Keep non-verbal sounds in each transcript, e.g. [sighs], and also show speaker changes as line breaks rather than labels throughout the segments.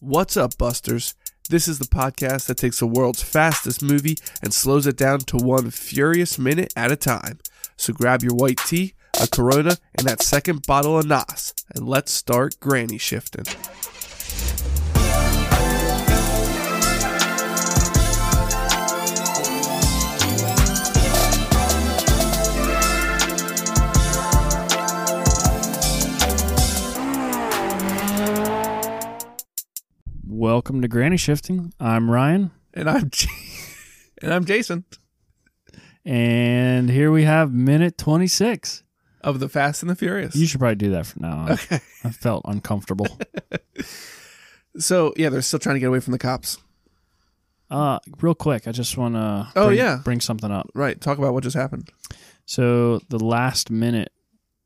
What's up, Busters? This is the podcast that takes the world's fastest movie and slows it down to one furious minute at a time. So grab your white tea, a Corona, and that second bottle of Nas, and let's start granny shifting.
Welcome to Granny Shifting. I'm Ryan,
And I'm J- [laughs] and I'm Jason
and here we have minute 26.
of the Fast and the Furious.
You should probably do that from now
[laughs]
on. I felt uncomfortable.
So yeah, they're still trying to get away from the cops.
Uh, real quick, I just want to
Oh, yeah.
bring something up.
Right. Talk about what just happened.
So, the last minute,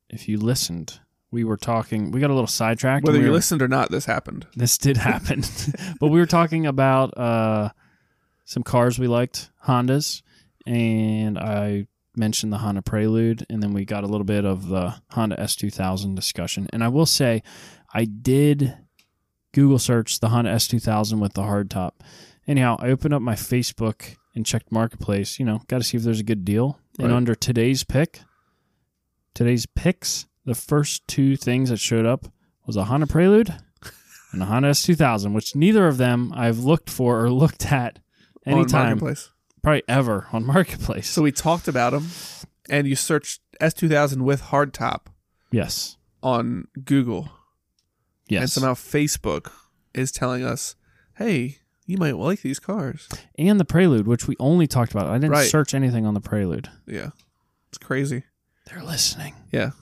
if you listened, we were talking, we got a little sidetracked.
Whether
We
you
were-
listened or not, this happened.
this did happen. [laughs] but we were talking about uh, some cars we liked, Hondas, and I mentioned the Honda Prelude, and then we got a little bit of the Honda S2000 discussion. And I will say, I did Google search the Honda S2000 with the hardtop. Anyhow, I opened up my Facebook and checked Marketplace. You know, got to see if there's a good deal. And
Right.
under today's pick, today's picks, the first two things that showed up was a Honda Prelude and a Honda S2000, which neither of them I've looked for or [laughs] looked at
On
anytime,
Marketplace.
probably ever on [laughs] Marketplace.
So we talked about them, and you searched S2000 with hardtop
yes,
on Google,
yes,
and somehow Facebook is telling us, "Hey, you might like these cars."
and the Prelude, which we only talked about. I didn't
Right.
search anything on the Prelude.
Yeah, it's crazy.
They're listening.
Yeah,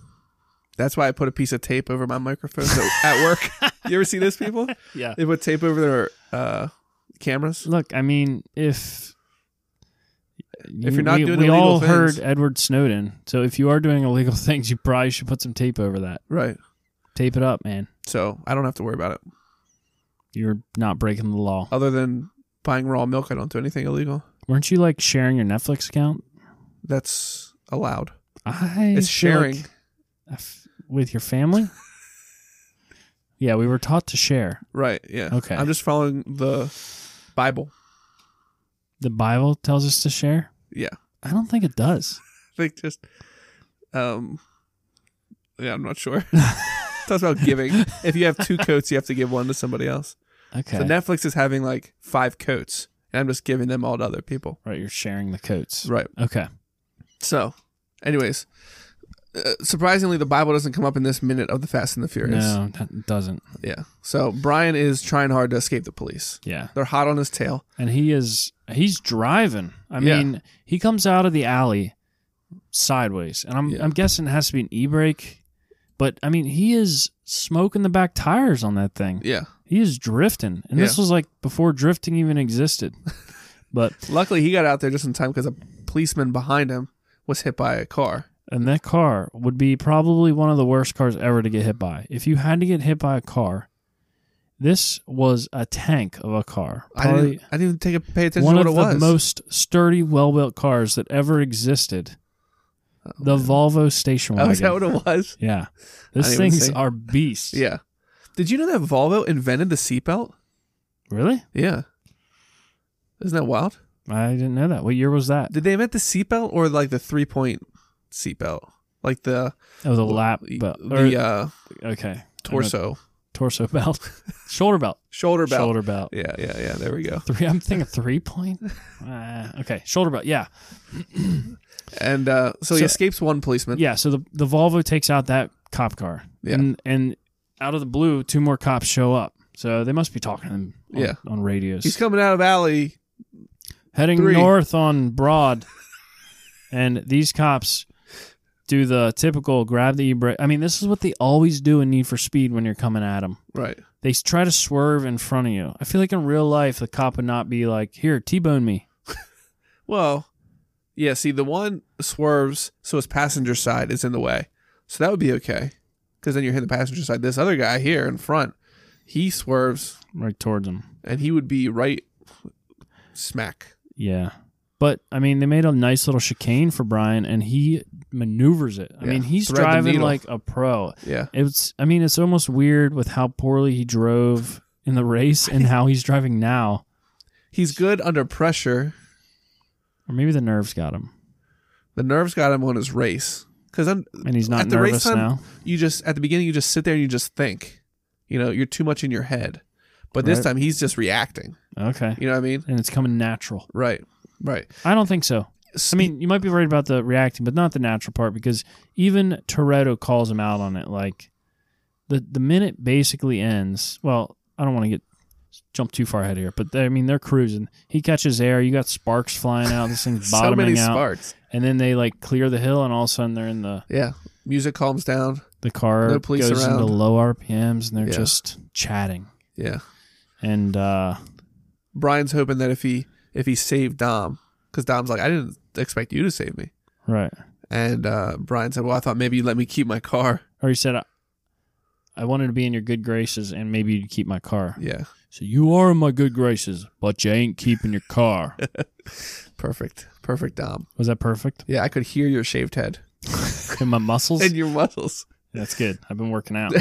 that's why I put a piece of tape over my microphones
[laughs]
at, at work. You ever see this, people?
Yeah.
They put tape over their uh, cameras.
Look, I mean, if
If you're not
we,
doing
we
illegal
all
things.
heard Edward Snowden, so if you are doing illegal [laughs] things, you probably should put some tape over that.
Right.
Tape it up, man.
So I don't have to worry about it.
You're not breaking the law.
Other than buying raw milk, I don't do anything illegal.
Weren't you like sharing your Netflix account?
That's allowed.
I
It's
feel like-
sharing.
I f- with
[laughs]
your family. yeah, we were taught to share
Right. Yeah.
Okay.
I'm just following the Bible.
the Bible tells us to share.
Yeah.
I don't think it does.
[laughs] like just um yeah i'm not
[laughs]
sure [laughs] talks about giving if you have two coats you have to give one to somebody else
Okay,
so netflix is having like five coats and i'm just giving them all to other people
right, you're sharing the coats.
right
Okay,
so anyways uh, surprisingly the bible doesn't come up in this minute of the fast and the furious
no, that doesn't.
yeah so brian is trying hard to escape the police
Yeah,
they're hot on his tail
and he is he's driving. I
Yeah.
mean, he comes out of the alley sideways, and I'm
Yeah.
I'm guessing it has to be an e brake. But I mean, he is smoking the back tires on that thing.
yeah
He is drifting, and this
Yeah.
was like before drifting
[laughs]
even existed. but
luckily he got out there just in time because a policeman behind him was hit by a car
And that car would be probably one of the worst cars ever to get hit by. If you had to get hit by a car, this was a tank of a car.
I didn't,
Probably
I didn't take a, pay attention
one
to what
of
it
the
was
most sturdy, well built cars that ever existed. the Volvo station
Oh,
wagon.
is that what it
[laughs]
was? I
yeah. Those
didn't even
things
see.
are beasts.
Yeah. Did you know that Volvo invented the seatbelt?
Really?
Yeah. Isn't that wild?
I didn't know that. What year was that?
Did they invent the seatbelt or like the three point seatbelt? Like the
Oh, the lap belt. Or,
the uh,
okay.
torso,
Torso belt.
[laughs]
Shoulder belt.
shoulder belt.
Shoulder belt.
Yeah, yeah, yeah. There we go.
Three. I'm thinking three point.
[laughs]
Uh, okay, shoulder belt. Yeah,
And uh, so, he
So-
escapes one policeman.
yeah. So the the Volvo takes out that cop car.
Yeah.
And and out of the blue, two more cops show up. So they must be talking to them. On,
Yeah.
On radios.
He's coming out of alley.
Heading
three.
north on Broad, and these cops do the typical grab the e brake. I mean, this is what they always do in Need for Speed when you're coming at them.
Right.
They s- try to swerve in front of you. I feel like in real life, the cop would not be like, "Here, T-bone me."
Well, yeah. See, the one swerves, so his passenger side is in the way. So that would be okay, because then you're hitting the passenger side. This other guy here in front, he swerves,
Right towards him.
and he would be right smack.
Yeah. But I mean, they made a nice little chicane for Brian, and he maneuvers it. I
Yeah.
mean, he's
Thread the
driving
needle.
like a pro.
Yeah.
It's, I mean, it's almost weird with how poorly he drove in the race and how he's driving now,
He's good under pressure.
or maybe the nerves got him,
The nerves got him on his race because
and he's not
At the race
nervous
time-
now.
you just at the beginning you just sit there and you just think, you know, you're too much in your head. But this
Right.
time he's just reacting.
Okay,
You know what I mean?
and it's coming natural.
Right. Right.
I don't think so. I mean, you might be right about the reacting, but not the natural part because even Toretto calls him out on it. Like the the minute basically ends. Well, I don't want to get jump too far ahead here, but they, I mean they're cruising. He catches air. You got sparks flying out. This
[laughs]
thing's
so many
bottoming out,
sparks.
and then they like clear the hill, and all of a sudden they're in the
Yeah. Music calms down.
the car
No police
goes
around.
into low RPMs, and they're
Yeah.
just chatting.
Yeah.
And uh,
Brian's hoping that if he if he saved Dom, because Dom's like, I didn't expect you to save me.
right,
And uh, Brian said, Well, I thought maybe you let me keep my car.
or he said, I, "I wanted to be in your good graces, and maybe you'd keep my car."
Yeah.
So you are in my good graces, but you ain't keeping your
[laughs]
car.
Perfect. Perfect Dom.
Was that perfect?
Yeah, I could hear your shaved head
In my muscles?
and your muscles.
That's good. I've been
[laughs]
working out.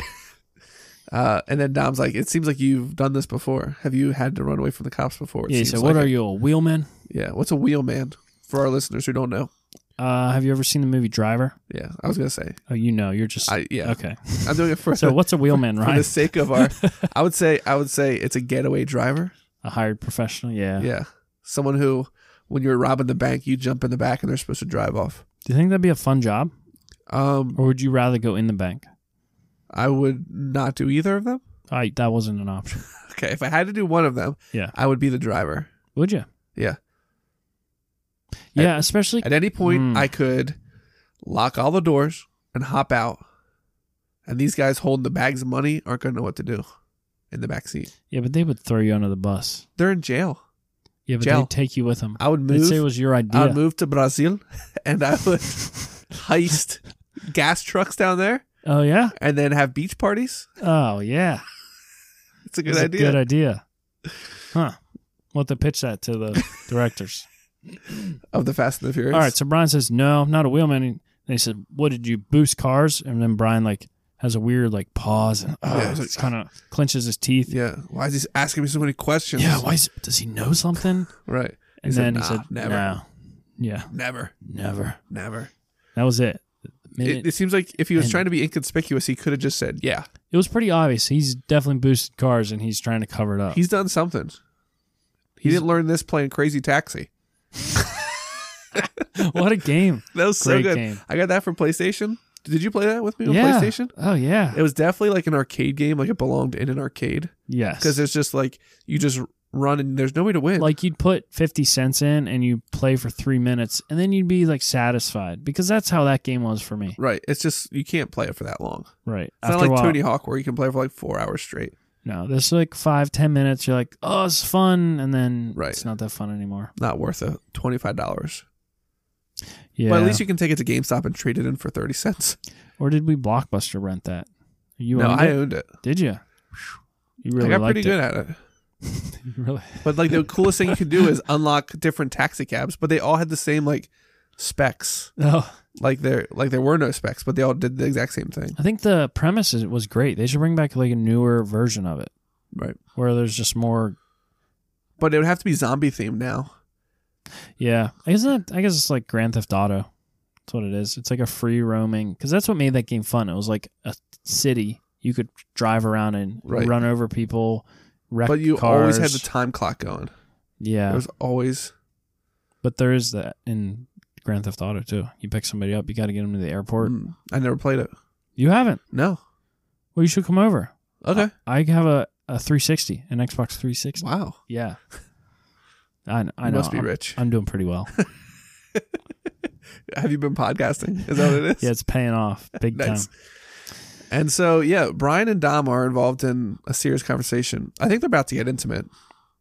Uh, and then Dom's like, It seems like you've done this before. Have you had to run away from the cops before? It
yeah, he
seems
said, What
like
are
it."
you, a wheelman?
Yeah. What's a wheel man? For our listeners who don't know.
Uh, have you ever seen the movie Driver?
Yeah. I was gonna say.
Oh, you know, you're just.
I yeah.
Okay.
[laughs] I'm doing it for,
So what's a
[laughs]
wheelman,
for the
Ryan?
sake of
[laughs]
our I would say I would say it's a getaway driver.
A hired professional? Yeah.
Yeah. Someone who, when you're robbing the bank, you jump in the back and they're supposed to drive off.
Do you think that'd be a fun job?
Um,
Or would you rather go in the bank?
I would not do either of them.
I, that wasn't an option.
Okay. If I had to do one of them,
Yeah.
I would be the driver.
Would you?
Yeah.
Yeah, especially.
At any point,
Mm.
I could lock all the doors and hop out. And these guys holding the bags of money aren't going to know what to do in the back seat.
Yeah, but they would throw you under the bus.
They're in jail.
Yeah, but
Jail.
they'd take you with them.
I would
They'd say it
move.
was your
I
idea.
would move to Brazil [laughs] and I
[laughs]
would heist gas trucks down there
Oh, yeah?
[laughs] and then have beach parties.
Oh, yeah.
It's a good
It's a
idea. [laughs]
Good idea. Huh. We'll have to pitch that to the
[laughs]
directors.
of the Fast and the Furious.
All right. So Brian says, No, I'm not a wheelman. And they said, What did you boost cars? And then Brian like has a weird like pause and
Yeah,
uh,
it's like-
kind of clenches his teeth.
Yeah. Why is he asking me so many questions?
Yeah, why is, does he know something?
Right. [laughs] He
And
said,
then
"Nah,
he said,
never."
No. Yeah,
Never.
never.
Never.
That was it. The minute-
It, it seems like if he was
And-
trying to be inconspicuous, he could have just said, "Yeah,
it was pretty obvious. He's definitely boosted cars and he's trying to cover it up.
he's done something." He
He's-
didn't learn this playing Crazy Taxi.
[laughs] what a game.
That was [laughs] so
Great
good.
game.
I got that for PlayStation. Did you play that with me on
Yeah.
PlayStation?
Oh, yeah.
It was definitely like an arcade game, like it belonged in an arcade
yes.
because it's just like you just run and there's no way to win.
[laughs] like you'd put 50 cents in and you play for three minutes and then you'd be like satisfied because that's how that game was for me
right? It's just you can't play it for that long.
right
It's not like Tony Hawk where you can play for like four hours straight.
no there's like five ten minutes you're like oh it's fun and then
Right.
it's not that fun anymore
Not worth a twenty five dollars.
yeah
But at least you can take it to GameStop and trade it in for thirty cents.
or did we blockbuster rent that you
no,
owned
I
it?
owned it. [sighs]
did you you really
I got
liked
pretty
it
good at it.
You [laughs] really
But like the coolest thing you can do is unlock different taxi cabs, but they all had the same like specs.
oh
Like there like there were no specs, but they all did the exact same thing.
i think the premise is, was great they should bring back like a newer version of it
Right.
where there's just more
But it would have to be zombie themed now.
Yeah, isn't it? I guess it's like Grand Theft Auto. That's what it is. It's like a free roaming because that's what made that game fun. It was like a city you could drive around in,
Right.
run over people, wreck
but you always
cars.
had the time clock going.
yeah,
There was always
but there is that in Grand Theft Auto too. You pick somebody up, you got to get them to the airport.
Mm, I never played it.
You haven't.
No.
Well, you should come over.
Okay.
I have a, a 360, an Xbox 360.
Wow.
Yeah, I kn- I
you
know.
must be
I'm,
rich.
I'm doing
[laughs]
pretty well.
have you been podcasting? Is that what it is?
[laughs] yeah, it's paying off big
Nice.
time.
And so yeah, Brian and Dom are involved in a serious conversation. I think they're about to get intimate.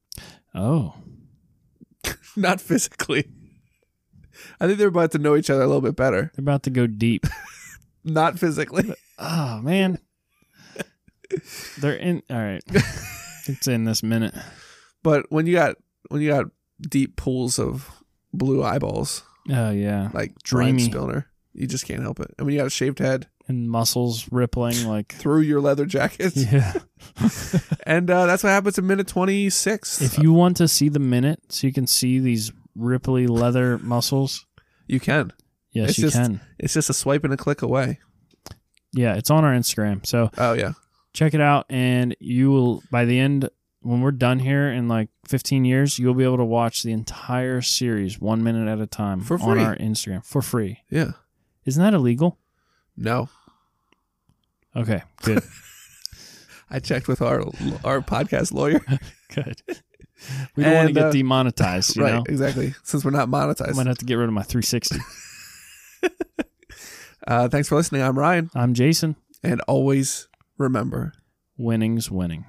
[laughs]
Oh,
Not physically. I think they're about to know each other a little bit better.
they're about to go deep.
not physically.
Oh man. They're in
[laughs]
all right. It's in this minute.
But when you got when you got deep pools of blue eyeballs,
Oh yeah.
like
Dreamy.
Brian Spillner, you just can't help it. And when you got a shaved head,
and muscles rippling like
through your leather jackets.
yeah.
[laughs] And uh, that's what happens in minute 26.
If you want to see the minute, so you can see these ripply leather muscles.
you can.
Yes,
It's
you
just-
can.
It's just a swipe and a click away.
Yeah, it's on our Instagram. So
Oh, yeah.
check it out and you will by the end when we're done here in like 15 years you'll be able to watch the entire series one minute at a time
For
on
free.
our instagram for free
Yeah.
isn't that illegal
No.
okay good
I checked with our our podcast lawyer.
good we don't want to
And,
get
uh,
demonetized [laughs] you
right.
know
Exactly. Since we're not
i
monetized.
might have to get rid of my 360
Uh, thanks for listening. I'm Ryan.
i'm jason
And always remember
winning's winning